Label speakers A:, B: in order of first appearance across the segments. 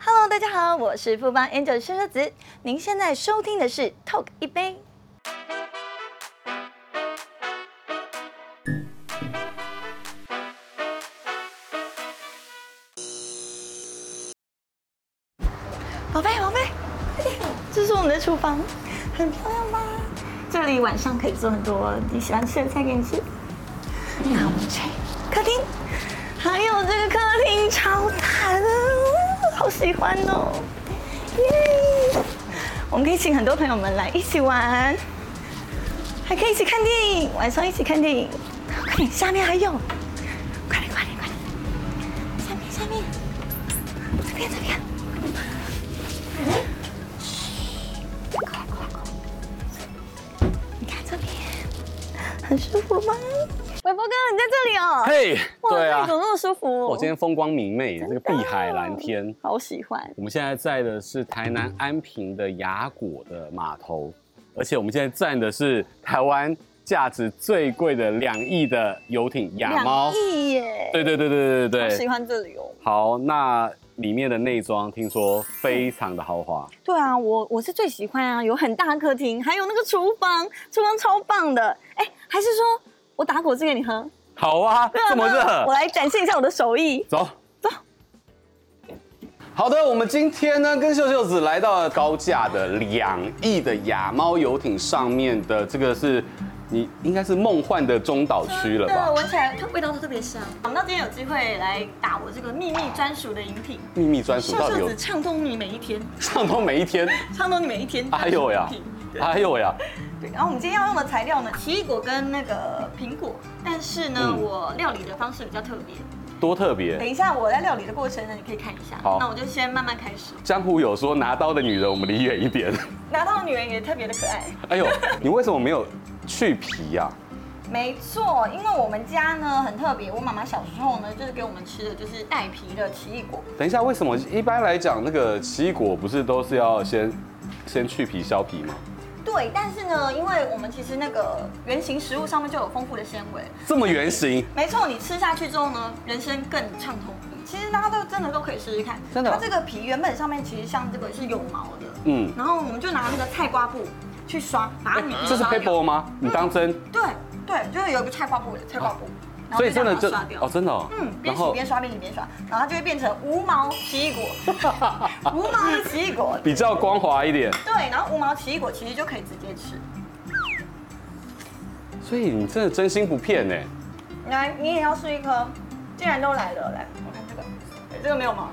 A: Hello，大家好，我是富邦 Angel 车车子，您现在收听的是 Talk 一杯。宝贝，宝贝，快点这是我们的厨房，很漂亮吧？这里晚上可以做很多你喜欢吃的菜给你吃。那我们去客厅，还有这个客厅超大的，好喜欢哦！耶！我们可以请很多朋友们来一起玩，还可以一起看电影，晚上一起看电影。快点，下面还有，快点，快点，快点！下面，下面，这边，这边。你看这边，很舒服吗？韦伯哥，你在这里哦。
B: 嘿，
A: 哇，
B: 对
A: 这里
B: 啊
A: 怎，么那么舒服？
B: 我今天风光明媚，这个
A: 哦
B: 碧海蓝天。
A: 好喜欢。
B: 我们现在在的是台南安平的雅果的码头，而且我们现在站的是台湾价值最贵的两亿的游艇雅猫
A: 两。亿耶！
B: 对对对对对
A: 好
B: 对
A: 喜
B: 对。
A: 欢这里哦。
B: 好，那里面的内装听说非常的豪华，
A: 对啊，我我是最喜欢啊，有很大的客厅，还有那个厨房，厨房超棒的。哎，还是说我打果汁给你喝？
B: 好啊，
A: 对啊
B: 这么热
A: 我，来展现一下我的手艺。
B: 走
A: 走。
B: 好的，我们今天呢，跟秀秀子来到了高价的两亿的亚猫游艇上面的这个是，你应该是梦幻的中岛区了
A: 对，
B: 吧？
A: 闻起来它味道都特别香。想不到今天有机会来打我这个秘密专属的饮品，
B: 秘密专属
A: 秀
B: 到底
A: 秀
B: 有
A: 子畅通你每一天，
B: 上通每 一天，
A: 畅通你每一天。
B: 哎呦呀
A: 专属饮品，对
B: 哎呦呀，
A: 对，然后我们今天要用的材料呢，奇异果跟那个苹果，但是呢，
B: 嗯
A: 我料理的方式比较特别。
B: 多特
A: 等
B: 别！
A: 一下我在料理的过程呢，你可以看一下。
B: 好
A: 那我就先慢慢开始。
B: 江湖有说，拿刀的女人我们离远一点。
A: 拿到的女人也特别的可爱。
B: 哎呦，你为什么没有去皮呀、
A: 没错，因为我们家呢很特别，我妈妈小时候呢就是给我们吃的就是带皮的奇异果，
B: 等一下，为什么一般来讲那个奇异果不是都是要先先去皮削皮吗？
A: 对，但是呢，因为我们其实那个原型食物上面就有丰富的纤维，
B: 这么圆形，
A: 没错，你吃下去之后呢，人生更畅通。其实大家都真的都可以试试看，
B: 真的哦
A: 它这个皮原本上面其实像这个是有毛的，
B: 嗯
A: 然后我们就拿那个菜瓜布去刷，把它里面
B: 哎这是
A: 啊刷掉嗯
B: paper 吗？你当真？
A: 对对，就是有一个菜瓜布，菜瓜布，然后
B: 所以
A: 就这
B: 真的
A: 样把
B: 这
A: 它刷掉。
B: 哦，真的哦。
A: 嗯，边
B: 然
A: 洗
B: 后
A: 边刷，边洗边刷，然后它就会变成无毛奇异果，无毛的奇异果。
B: 比较光滑一点。
A: 对，然后无毛奇异果其实就可以直接吃。
B: 所以你真的真心不骗呢。欸
A: 来，你也要试一颗，既然都来了，来，看这个，对这个没有毛。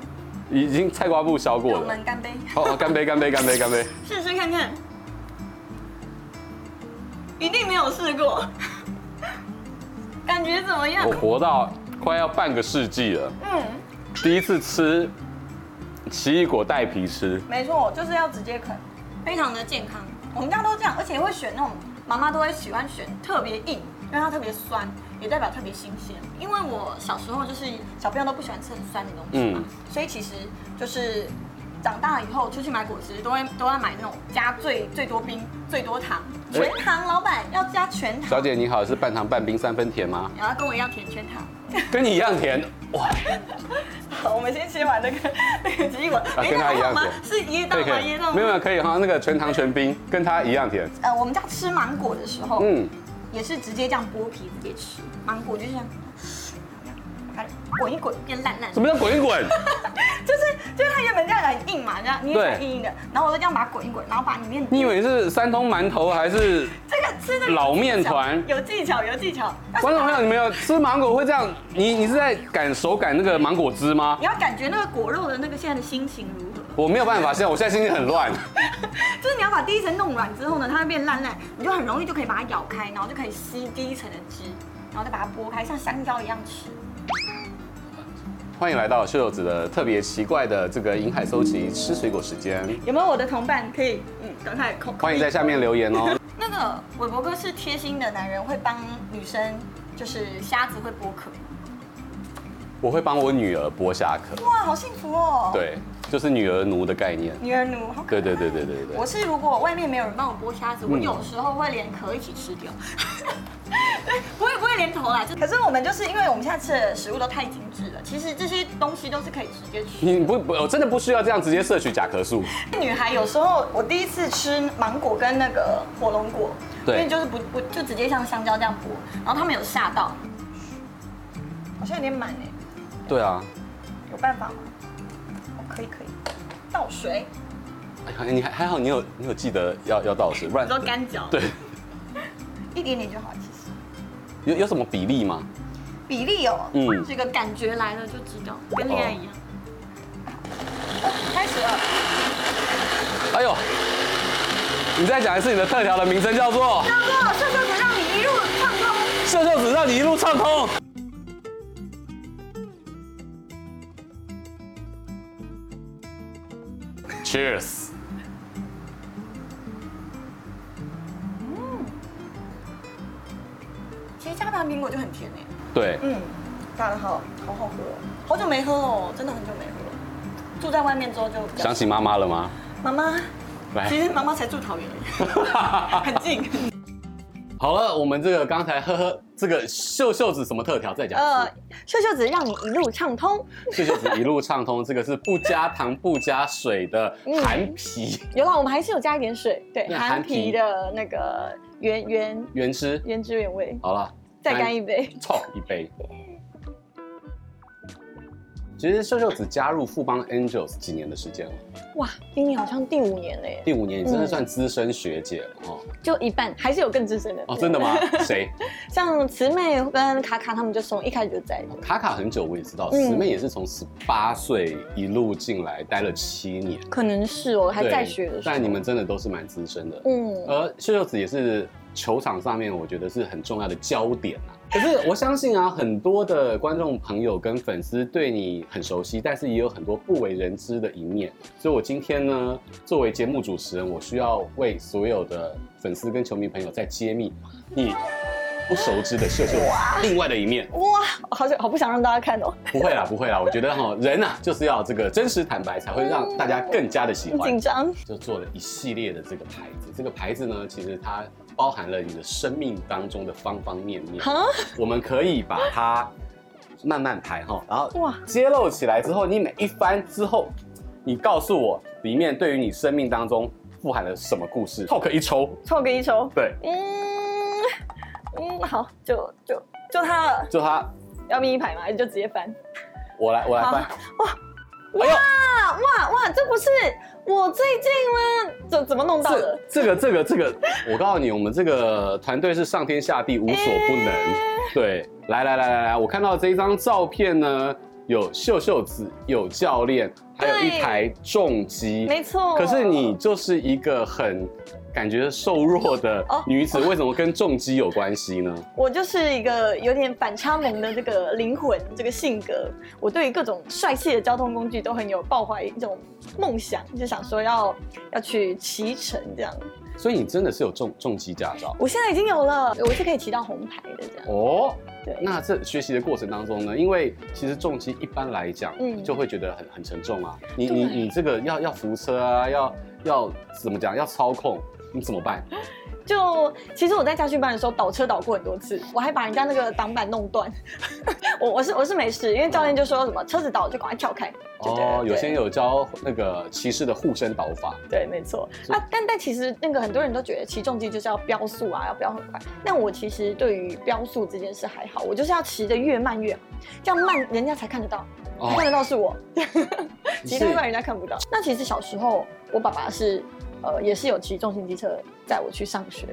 B: 已经菜瓜布削过
A: 我
B: 了
A: 们。干杯，
B: 好，好干杯，干杯，干杯，干杯！
A: 试试看看，一定没有试 过，感觉怎么样
B: 我？活到快要半个世纪了，
A: 嗯，
B: 第一次吃奇异果带皮吃，
A: 没错，就是要直接啃，非常的健康。我们家都这样，而且会选那种妈妈都会喜欢选特别硬，因为它特别酸，也代表特别新鲜。因为我小时候就是小朋友都不喜欢吃很酸的东西嘛，
B: 嗯
A: 所以其实就是长大以后出去买果汁都会都要买那种加最最多冰、最多糖，
B: 哎
A: 全糖。老板要加全糖，
B: 小姐你好，是半糖半冰三分 甜吗？
A: 然后跟我一样甜全糖。
B: 跟你一样甜，哇！
A: 好，我们先吃完那个那哎个奇异果，
B: 啊跟它一样
A: 吗
B: 甜？
A: 是噎到
B: 可以
A: 吗？
B: 可
A: 噎
B: 以
A: 到，吗？
B: 没有没有可以哈，那个全糖全冰跟它一样甜，
A: 呃，我们家吃芒果的时候，
B: 嗯，
A: 也是直接这样剥皮直接吃，芒果就这样，哎滚一滚变烂烂的
B: 什，么叫 滚一滚？
A: 就是就是它原本这样很硬嘛，这样捏起来
B: 对
A: 硬硬的，然后我就这样把它滚一滚，然后把里面
B: 你以为是三通馒头还是
A: 这个吃的
B: 老面团
A: 有技巧有技巧，
B: 观众朋
A: 要
B: 友，
A: 是
B: 你们有吃芒果会这样？你你是在感手感那个芒果汁吗？
A: 你要感觉那个果肉的那个现在的心情如何？
B: 我没有办法，现在我现在心情很乱。
A: 就是你要把第一层弄软之后呢，它会变烂烂，你就很容易就可以把它咬开，然后就可以吸第一层的汁，然后再把它剥开，像香蕉一样吃。
B: 欢迎来到秀秀子的特别奇怪的这个银海搜集吃水果时间，
A: 有没有我的同伴可以嗯赶快口
B: 欢迎在下面留言哦。
A: 那个韦伯哥是贴心的男人，会帮女生，就是虾子会剥壳。
B: 我会帮我女儿剥虾壳，
A: 哇，好幸福哦！，
B: 对，就是女儿奴的概念。
A: 女儿奴，好可爱。
B: 对对对对对对
A: 我是如果外面没有人帮我剥虾子，我
B: 嗯
A: 有时候会连壳一起吃掉，对不会也不会连头啦。就可是我们就是因为我们现在吃的食物都太精致了，其实这些东西都是可以直接吃。
B: 你不不，我真的不需要这样直接摄取甲壳素。
A: 女孩有时候我第一次吃芒果跟那个火龙果，
B: 对
A: 因为就是不不就直接像香蕉这样剥，然后他们有吓到，好像有点满哎，
B: 对啊，
A: 有办法吗？哦，可以可以，倒水，
B: 哎你还还好，你有你有记得要要倒水，不然
A: 你说干嚼，
B: 对，
A: 一点点就好，其实
B: 有有什么比例吗？
A: 比例哦，
B: 嗯
A: 嗯，这个感觉来了就知道，跟恋爱一样。哦开始了，
B: 哎呦，你再讲一次你的特调的名称叫做
A: 大哥，秀秀只让你一路畅通。
B: “秀秀子”，让你一路畅通。Cheers！
A: 其实加糖苹果就很甜哎，
B: 对，
A: 嗯，打得好，好好喝哦，好久没喝哦，真的很久没喝了。住在外面之后就比较
B: 想起哎妈妈了吗？
A: 妈妈，
B: 来
A: 其实妈妈才住桃园而已，很近。
B: 好了，我们这个刚才呵呵，这个秀秀子什么特调再讲一
A: 呃
B: 次？，
A: 秀秀只让你一路畅通，
B: 秀秀子一路畅通，这个是不加糖不加水的含皮
A: 有啦，我们还是有加一点水，对，
B: 那
A: 含
B: 含皮
A: 皮的那个原原
B: 原汁。
A: 原汁原味，
B: 好了，
A: 再干一杯。
B: 冲一杯。其实秀秀子加入富邦 Angels 几年的时间了，
A: 哇，今年好像第五年了耶，
B: 第五年，你真的算资深学姐了哦。
A: 就一半，还是有更资深的
B: 哦，真的吗？谁？
A: 像慈妹跟卡卡他们就从一开始就在的，
B: 卡卡很久我也知道，
A: 嗯
B: 师妹也是从十八岁一路进来，待了七年，
A: 可能是哦，还
B: 对
A: 在学的时候。
B: 但你们真的都是蛮资深的，
A: 嗯，
B: 而秀秀子也是球场上面我觉得是很重要的焦点啊。可是我相信啊，很多的观众朋友跟粉丝对你很熟悉，但是也有很多不为人知的一面。所以我今天呢，作为节目主持人，我需要为所有的粉丝跟球迷朋友再揭秘你不熟知的秀秀子另外的一面。
A: 哇，好想好不想让大家看哦，
B: 不会啦，不会啦，我觉得哈，人啊就是要这个真实坦白，才会让大家更加的喜
A: 很
B: 欢
A: 紧。张。
B: 就做了一系列的这个牌子。这个牌子呢，其实它包含了你的生命当中的方方面 面。
A: 哈，
B: 我们可以把它慢慢排哈，然后
A: 哇
B: 揭露起来之后，你每一翻之后，你告诉我里面对于你生命当中富含了什么故事。t a 一抽，
A: 凑个一抽。
B: 对，
A: 嗯嗯，好，就就就他了，
B: 就它，
A: 要咪一排吗？还是就直接翻？
B: 我来我来
A: 好
B: 翻。
A: 啊哇
B: 哎呦
A: 哇哇，这不是我最近吗？怎怎么弄到的？
B: 这这个这个这个，我告诉你，我们这个团队是上天下地无所不能。
A: 哎
B: 对，来来来来来，我看到这一张照片呢，有秀秀子，有教练，还有一台重机。
A: 没错。
B: 可是你就是一个很感觉瘦弱的
A: 哦
B: 女子，为什么跟重机有关系呢？
A: 我就是一个有点反差萌的这个灵魂，这个性格，我对于各种帅气的交通工具都很有抱怀一种梦想，就想说要要去骑乘这样。
B: 所以你真的是有重重机驾照
A: 我现在已经有了，我是可以骑到红牌的这样。
B: 哦。
A: 对，
B: 那这学习的过程当中呢，因为其实重机一般来讲，
A: 嗯
B: 就会觉得很很沉重啊。你
A: 对
B: 你你这个要要扶车啊，要要怎么讲？要操控，你怎么办？
A: 就其实我在家训班的时候倒车倒过很多次，我还把人家那个挡板弄断。 我我是我是没事，因为教练就说什么车子倒了就赶快跳开。就对了
B: 哦，有些
A: 对
B: 人有教那个骑士的护身导法，
A: 对，没错。啊，但但其实那个很多人都觉得骑重机就是要飙速啊，要飙很快。但我其实对于飙速这件事还好，我就是要骑得越慢越好，这样慢人家才看得到，
B: 哦
A: 看得到是我， 其他
B: 是
A: 慢人家看不到。那其实小时候我爸爸是呃也是有骑重型机车载我去上学。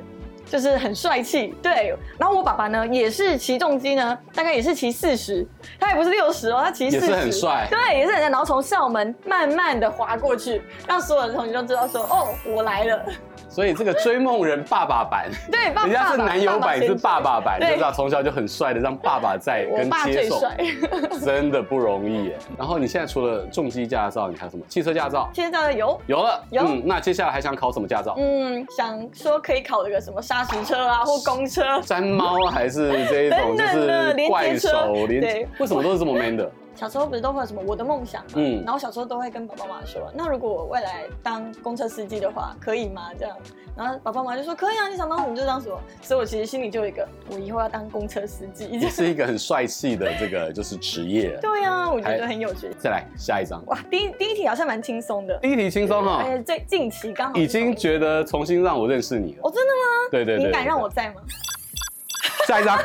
A: 就是很帅气，对。然后我爸爸呢，也是骑重机呢，大概也是骑四十，他也不是六十哦，他骑
B: 也
A: 四
B: 是
A: 十，
B: 很帅
A: 对，也是很像，然后从校门慢慢的滑过去，让所有的同学都知道说，哦，我来了。
B: 所以这个追梦人爸爸版，
A: 对，爸
B: 人家是男友版，是爸。爸版，就
A: 对
B: 知道从小就很帅的，让爸爸在
A: 我
B: 跟
A: 爸
B: 接
A: 最
B: 受，
A: 帅。
B: 真的不容易耶。然后你现在除了重机驾照，你还有什么？汽车驾照
A: 现在教练有，
B: 有了，
A: 有
B: 嗯，那接下来还想考什么驾 照？
A: 嗯，想说可以考那个什么砂石车啊，或公车。
B: 山猫还是这一种，
A: 等
B: 就
A: 等的
B: 是怪
A: 连接车
B: 手连
A: 对
B: 为什么都是这么 man 的？
A: 小时候不是都会有什么我的梦想嘛，
B: 嗯
A: 然后小时候都会跟爸爸妈妈说，那如果我未来当公车司机的话，可以吗？这样，然后爸爸妈妈就说可以啊，你想当什么就当什么。所以我其实心里就有一个，我以后要当公车司机。
B: 也是一个很帅气的这个就是职业。
A: 对啊，我觉得
B: 嗯还
A: 很有趣。
B: 再来下一张，
A: 哇，第一第一题好像蛮轻松的，
B: 第一题轻松哈
A: 而，且最近期刚好
B: 啊已经
A: 得
B: 觉得重新让我认识你了。
A: 哦，真的吗？
B: 对对对，
A: 你敢
B: 对
A: 让
B: 对
A: 我在吗？
B: 下一张？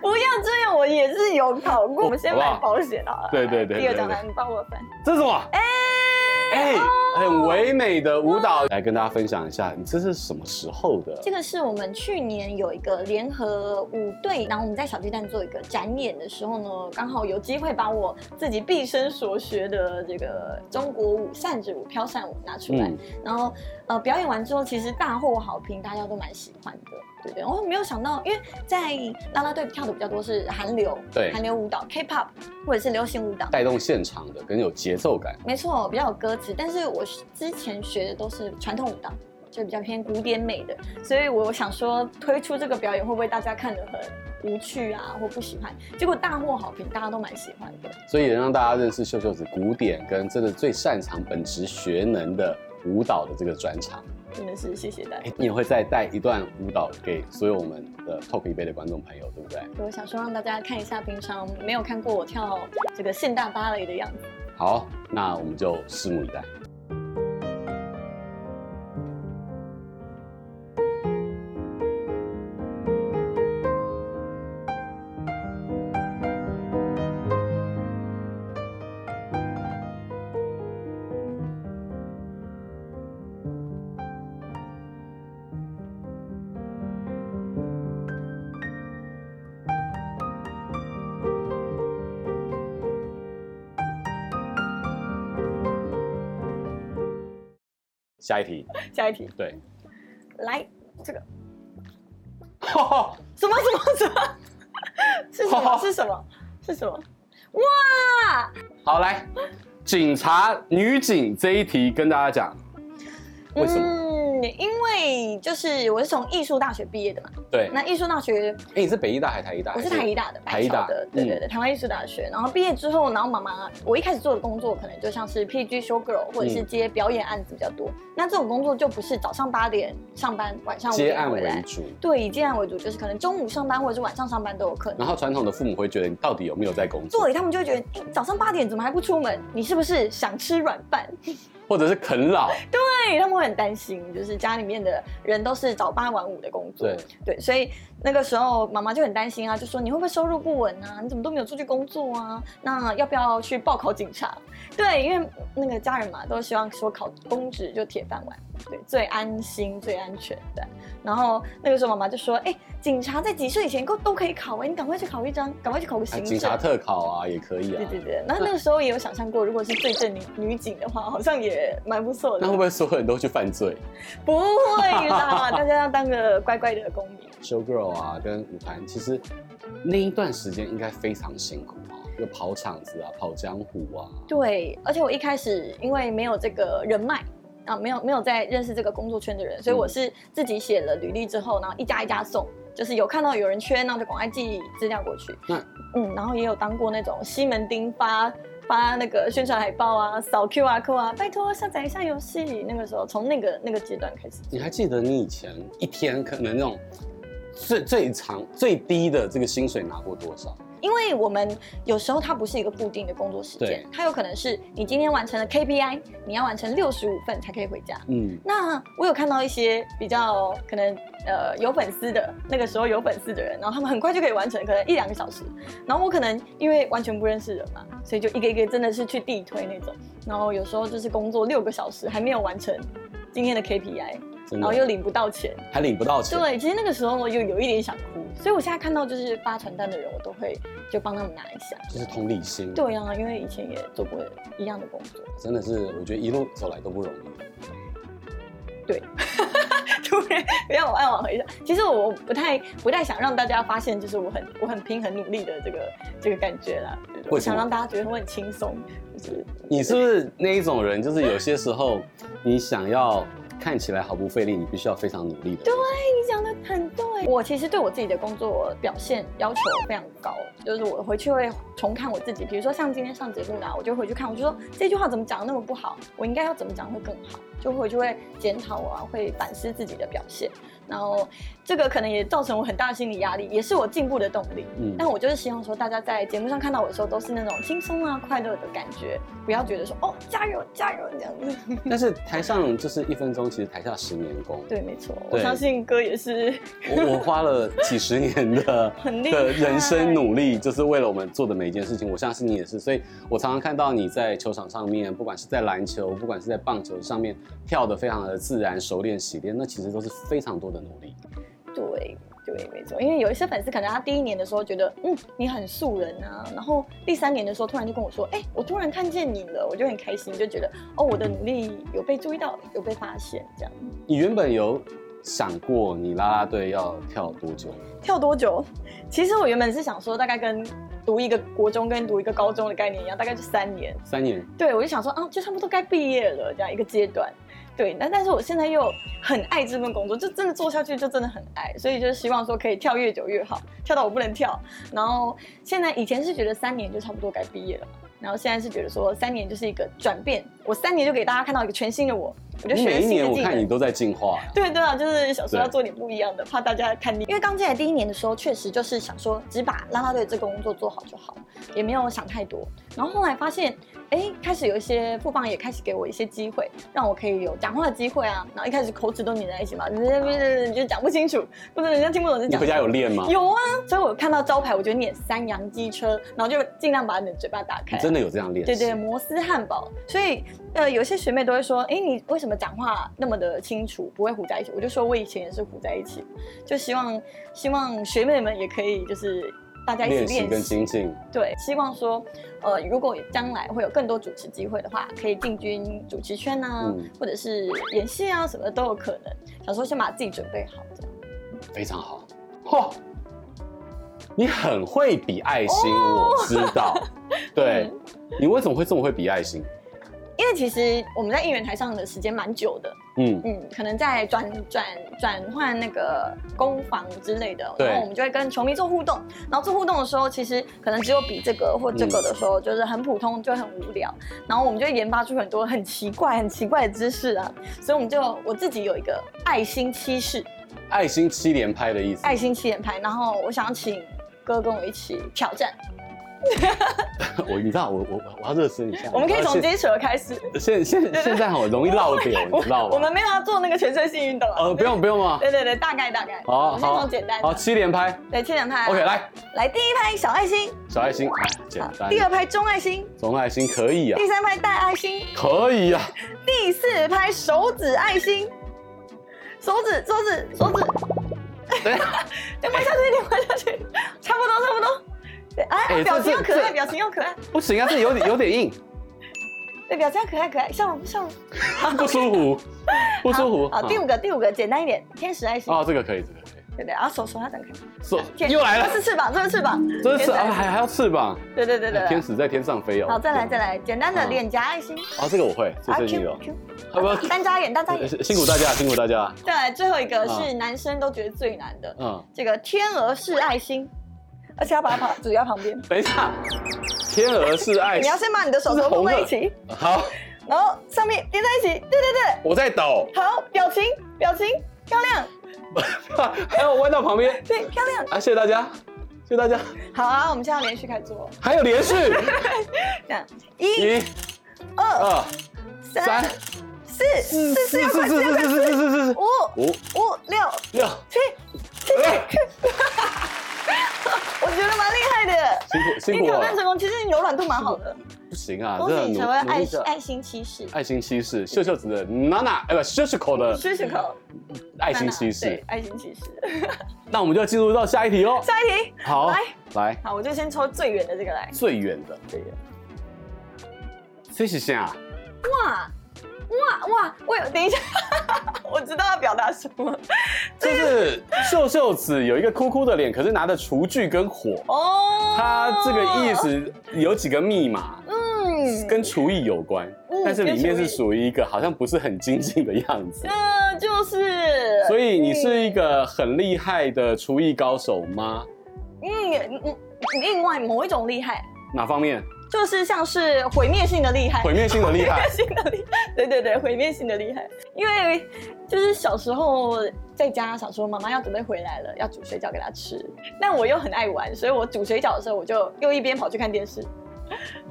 A: 不要这样，我也是有考过。我们先
B: 好不好
A: 买保险好了。
B: 对对对
A: 第二张
B: 对对
A: 来，你帮我翻。
B: 这是 什么？哎、
A: 哦
B: 很唯美的舞蹈，来跟大家分享一下，你这是什么时候的？
A: 这个是我们去年有一个联合舞队，然后我们在小巨蛋做一个展演的时候呢，刚好有机会把我自己毕生所学的这个中国舞、扇子舞、飘扇舞拿出来，
B: 嗯
A: 然后呃表演完之后，其实大获好评，大家都蛮喜欢的，对不对？我没有想到，因为在啦啦队跳的比较多是韩流，
B: 对
A: 韩流舞蹈、K-pop 或者是流行舞蹈，
B: 带动现场的，跟有节奏感。
A: 没错，比较有歌词，但是我之前学的都是传统舞蹈，就比较偏古典美的，所以我想说推出这个表演会不会大家看得很无趣啊，或不喜欢？结果大获好评，大家都蛮喜欢的。
B: 所以也让大家认识秀秀子古典跟真的最擅长本职学能的舞蹈的这个专长。
A: 真嗯的是谢谢大家
B: 哎。你也会再带一段舞蹈给所有我们的 Talk 一杯的观众朋友，对不对？
A: 我想说让大家看一下平常没有看过我跳这个现代芭蕾的样子。
B: 好，那我们就拭目以待。下一题，
A: 下一题，
B: 对，
A: 来这个
B: 哈
A: 什么什么什么是什么 是什么是什么？哇！
B: 好来，警察女警这一题跟大家讲，为什么？
A: 嗯，因为就是我是从艺术大学毕业的嘛，
B: 对，哎、
A: 那艺术大学
B: 你是北医大还是台医大？
A: 我是
B: 还
A: 台医大的，
B: 台医大
A: 板桥
B: 嗯
A: 的，对对对，台湾艺术大学。然后毕业之后，然后妈妈，我一开始做的工作可能就像是 PG show girl 或者
B: 嗯
A: 是接表演案子比较多。那这种工作就不是早上八点上班，晚上五
B: 接
A: 点
B: 案
A: 回
B: 为
A: 来。
B: 主。
A: 对，以接案为主，就是可能中午上班或者是晚上上班都有可能。
B: 然后传统的父母会觉得你到底有没有在工作，
A: 对，他们就会觉得，哎、早上八点怎么还不出门？你是不是想吃软饭？
B: 或者是啃老，
A: 对，他们会很担心，就是家里面的人都是早八晚五的工作。
B: 对，
A: 对，所以那个时候妈妈就很担心啊，就说你会不会收入不稳啊？你怎么都没有出去工作啊？那要不要去报考警察？对，因为那个家人嘛，都希望说考公职就铁饭碗，对，最安心、最安全的。然后那个时候妈妈就说：“哎、警察在几岁以前都都可以考、哎，你赶快去考一张，赶快去考个
B: 啊
A: 行
B: 警
A: 政。
B: 察特考啊也可以啊
A: 对。对对，那那个时候也有想象过，如果是最正女女警的话，好像也蛮不错的
B: 那会。不会所有人都去犯罪
A: 不会啦，大家要当个乖乖的公民。
B: ？Show girl 啊，跟舞团，其实那一段时间应该非常辛苦啊，又跑场子啊，跑江湖啊。
A: 对，而且我一开始因为没有这个人脉啊，没有没有在认识这个工作圈的人，所以
B: 嗯
A: 我是自己写了履历之后，然后一家一家送，就是有看到有人缺，那就赶快寄资料过去。
B: 那
A: 嗯，然后也有当过那种西门町发发那个宣传海报啊，扫 QR code 啊，拜托下载一下游戏。那个时候从那个那个阶段开始，
B: 你还记得你以前一天可能那种最最长最低的这个薪水拿过多少？
A: 因为我们有时候它不是一个固定的工作时间
B: 对，
A: 它有可能是你今天完成了 KPI，你要完成六十五份才可以回家。
B: 嗯，
A: 那我有看到一些比较可能呃有粉丝的那个时候有粉丝的人，然后他们很快就可以完成，可能一两个小时。然后我可能因为完全不认识人嘛，所以就一个一个真的是去地推那种。然后有时候就是工作六个小时还没有完成今天的 KPI，
B: 真
A: 然后又
B: 的
A: 领不到钱。
B: 还领不到钱。
A: 对，其实那个时候我就有一点想哭，所以我现在看到就是发传单的人，我都会就帮他们拿一下。
B: 就是同理心，
A: 对啊，因为以前也做过一样的工作。
B: 真的是我觉得一路走来都不容易。
A: 对， 突然不要我爱往回想。其实我不太不太想让大家发现，就是我很我很拼很努力的这个这个感觉啦。就是我
B: 为什
A: 想
B: 么
A: 让大家觉得我很轻松，就是
B: 你是不是那一种人？就是有些时候，
A: 啊
B: 你想要看起来毫不费力，你必须要非常努力的。
A: 对，你讲的很对。我其实对我自己的工作表现要求非常高，就是我回去会重看我自己，比如说像今天上节目啦，啊我就回去看，我就说这句话怎么讲得那么不好，我应该要怎么讲会更好，就回去会检讨我啊，会反思自己的表现，然后这个可能也造成我很大的心理压力，也是我进步的动力。
B: 嗯
A: 但我就是希望说，大家在节目上看到我的时候，都是那种轻松啊、快乐的感觉，不要觉得说哦加油加油这样子。
B: 但是台上就是一分钟，其实台下十年 功。
A: 对，没错，我
B: 对
A: 相信哥也是
B: 我我花了几十年的
A: 很厉害
B: 的人生努力，就是为了我们做的每一件事情。我相信你也是，所以我常常看到你在球场上面，不管是在篮球，不管是在棒球上面，跳得非常的自然、熟练、洗练，那其实都是非常多的努力。
A: 对对，没错，因为有一些粉丝可能他第一年的时候觉得，嗯，你很素人啊，然后第三年的时候突然就跟我说，哎、我突然看见你了，我就很开心，就觉得哦，我的努力有被注意到，有被发现，这样。
B: 你原本有想过你啦啦队要跳多久？
A: 跳多久？其实我原本是想说，大概跟读一个国中跟读一个高中的概念一样，大概就三年。
B: 三年。
A: 对，我就想说啊，就差不多该毕业了这样一个阶段。对，但但是我现在又很爱这份工作，就真的做下去就真的很爱，所以就是希望说可以跳越久越好，跳到我不能跳。然后现在以前是觉得三年就差不多该毕业了，然后现在是觉得说三年就是一个转变，我三年就给大家看到一个全新的我，我就
B: 你
A: 学了
B: 每一
A: 新
B: 年
A: 的
B: 我
A: 技
B: 看你
A: 能。
B: 都在进化、
A: 对对啊，就是想说
B: 对
A: 要做点不一样的，怕大家看腻。因为刚进来第一年的时候，确实就是想说只把啦啦队这个工作做好就好，也没有想太多。然后后来发现，哎，开始有一些副棒也开始给我一些机会，让我可以有讲话的机会啊。然后一开始口齿都粘在一起嘛，你你就讲不清楚，或者人家听不懂就
B: 你
A: 讲。
B: 回家有练吗？
A: 有啊，所以我看到招牌，我就念三羊机车，然后就尽量把你的嘴巴打开
B: 你。真的有这样练？
A: 对对，。摩斯汉堡。所以呃，有些学妹都会说，哎，你为什么讲话那么的清楚，不会糊在一起？我就说我以前也是糊在一起，就希望希望学妹们也可以就是。大家一
B: 练
A: 起
B: 习
A: 练
B: 跟
A: 习，
B: 精进，
A: 对，希望说，呃，如果将来会有更多主持机会的话，可以进军主持圈啊，
B: 嗯
A: 或者是演戏啊，什么的都有可能。想说先把自己准备好，这样。
B: 非常好。嚯，你很会比爱心，我知道。
A: 哦
B: 对，
A: 嗯
B: 你为什么会这么会比爱心？
A: 因为其实我们在应援台上的时间蛮久的，
B: 嗯，
A: 嗯，可能在转转转换那个攻防之类的，
B: 对
A: 然后我们就会跟球迷做互动，然后做互动的时候，其实可能只有比这个或这个
B: 嗯
A: 的时候，就是很普通，就很无聊，然后我们就会研发出很多很奇怪、很奇怪的姿势啊，所以我们就我自己有一个爱心七式，
B: 爱心七连拍的意思。
A: 爱心七连拍，然后我想请哥跟我一起挑战，
B: 我你知道，我我我我要热身一下。
A: 我们可以从
B: 现
A: 接球开始，
B: 现现现在好容易落掉，你知道
A: 我
B: 吗？
A: 们没有要做那个全身性运动啊，
B: 呃，不用不用吗？
A: 对对对，大概大概，我
B: 好
A: 们先
B: 好
A: 从简单
B: 好，
A: 的，啊
B: 七连拍。
A: 对七连拍
B: OK，来
A: 来第一拍小爱心。
B: 小爱心，哎，简
A: 好
B: 单。
A: 第二拍中爱心，
B: 总爱心可以啊
A: 第，三拍大爱心，
B: 可以啊，
A: 第四拍手指爱心，手指手指手指，
B: 对，
A: 点拍下去，点拍下去，差不多差不多。对，哎，
B: 哎
A: 表情
B: 这
A: 要可爱，
B: 这
A: 表情要可爱，
B: 不行啊，这有点有点硬，
A: 对，表情要可爱可爱，笑容笑容。
B: 不舒服，不舒服。嗯
A: 好，好第五个第五个简单一点，天使爱心，
B: 啊，这个可以，这个可以。
A: 对对，然后手手要展开，
B: 手
A: 天
B: 又来了
A: 这，是翅膀，这是翅膀，
B: 这
A: 天
B: 是
A: 使
B: 啊，
A: 爱心
B: 还还要翅膀，哎
A: 对对对对对。
B: 天使在天上飞哦。
A: 好，再来再来，简单的
B: 嗯
A: 脸颊爱心，
B: 啊，这个我会，这
A: 啊
B: 这这
A: Q
B: 个，
A: Q，
B: 好哦不好？
A: 单眨眼，单眨 眼。
B: 辛苦大家，辛苦大家。
A: 再来最后一个
B: 啊
A: 是男生都觉得最难的，
B: 嗯，
A: 这个天鹅式爱心，而且要把它放主要旁边。
B: 等一下，天鹅是爱
A: 你，要先把你的手头
B: 这是
A: 碰
B: 红的
A: 在一起，
B: 好，
A: 然后上面叠在一起，对对
B: 我在抖，
A: 对，好，表情表情漂亮，
B: 还有弯到旁边，
A: 对漂亮，
B: 啊，谢谢大家，谢谢大家，
A: 好啊，我们现在要连续开始做，
B: 还有连续，
A: 这样一
B: 一、
A: 二
B: 二、
A: 三
B: 三、
A: 四四
B: 四、四、
A: 四
B: 四、
A: 要快四要快
B: 四、四、四、四、四、四、四、
A: 五
B: 五、
A: 五六
B: 六，
A: 七，
B: 哎
A: 我觉得蛮厉害的。
B: 辛苦辛
A: 哎你
B: 苦
A: 挑
B: 我
A: 战成
B: 了，
A: 功，其实你柔软度蛮好的，
B: 不行啊，
A: 恭
B: 这
A: 喜你
B: 努
A: 成为
B: 努
A: 爱
B: 力的
A: 爱心哎骑士。
B: 爱心骑士，秀秀子的娜娜，哎不，秀秀 口的
A: 谢谢口，
B: 爱心骑
A: 对
B: 士，，
A: 爱心骑士。
B: 那我们就进入到下一题哦。
A: 下一题，
B: 好
A: 来，
B: 来
A: 好，我就先抽最远的这个来。
B: 最远的，
A: 最远。
B: 这是
A: 哎
B: 啥？
A: 哇哇哇！我有等一下， 我知道要表达什么
B: 就是秀秀子有一个哭哭的脸，可是拿着厨具跟火，
A: 哦。
B: 它这个意，思有几个密码，
A: 嗯，嗯
B: 跟厨艺有关，
A: 嗯
B: 但是里面
A: 跟厨艺
B: 是属于一个好像不是很精进的样子。
A: 嗯，就是。
B: 所以你是一个很厉害的厨艺高手吗？
A: 嗯嗯嗯，另外某一种厉害，
B: 哪方面？
A: 就是像是毁灭性的厉害。
B: 毁灭性的厉
A: 毁
B: 害
A: 灭性的厉害，对对对，毁灭性的厉害。因为就是小时候在家想说，妈妈要准备回来了，要煮水饺给她吃，但我又很爱玩，所以我煮水饺的时候，我就又一边跑去看电视。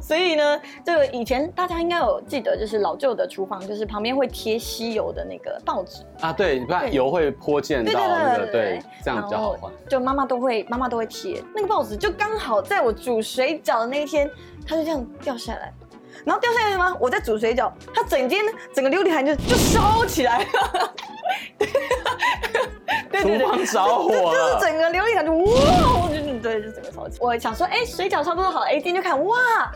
A: 所以呢，就以前大家应该有记得，就是老旧的厨房，就是旁边会贴吸油的那个报纸，
B: 啊？对，不然
A: 对
B: 油会泼溅到那个，对，这样比较
A: 然
B: 好
A: 后
B: 玩。
A: 就妈妈都会，妈妈都会贴那个报纸，就刚好在我煮水饺的那一天，它就这样掉下来。然后掉下来什么？我在煮水饺，它整间整个琉璃台就就烧起来了。 对对
B: 厨
A: 对，
B: 房着火啊
A: 就
B: 了
A: 是，整个琉璃台就哇，就对，就整个烧起来。我想说，哎，水饺差不多好了，哎，进去看，哇，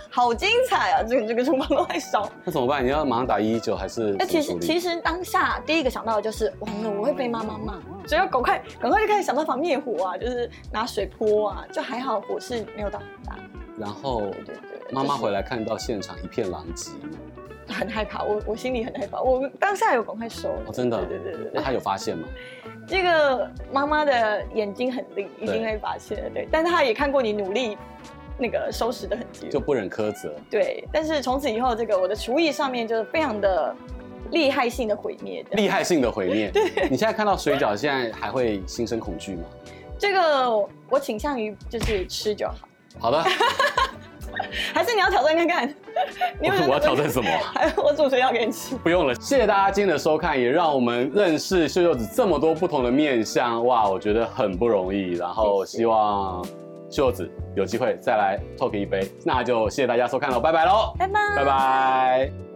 A: 好精彩啊！这个这个厨房都在烧。
B: 那怎么办？你要马上打一一九还是
A: 那
B: 怎
A: 其
B: 么
A: 实
B: 处理？
A: 其实当下第一个想到的就是完了，我会被妈妈骂，啊所以要赶快赶快就开始想办法灭火啊，就是拿水泼啊，就还好火势没有到很大。
B: 然后
A: 对对对，
B: 妈妈回
A: 来
B: 来看到现场一片狼藉，
A: 很害怕，我我心里很害怕，我当下有赶快收了
B: 哦，真的
A: 对对对对
B: 那
A: 对，
B: 她有发现吗？
A: 这个妈妈的眼睛很灵，一定会发现的，对，但她也看过你努力那个收拾的痕迹，
B: 就不忍苛责。
A: 对，但是从此以后，这个我的厨艺上面就是非常的厉害性的毁灭的。
B: 厉害性的毁灭。你现在看到水饺，现在还会心生恐惧吗？
A: 这个我倾向于就是吃就好。
B: 好的，
A: 还是你要挑战看看？ 你有没有
B: 我我要挑战什么啊？
A: 还我煮水饺给你吃。
B: 不用了，谢谢大家今天的收看，也让我们认识秀秀子这么多不同的面相，哇，我觉得很不容易。然后
A: 谢谢
B: 希望秀秀子有机会再来 talk 一杯，那就谢谢大家收看了，拜拜喽，
A: 拜拜。
B: 拜拜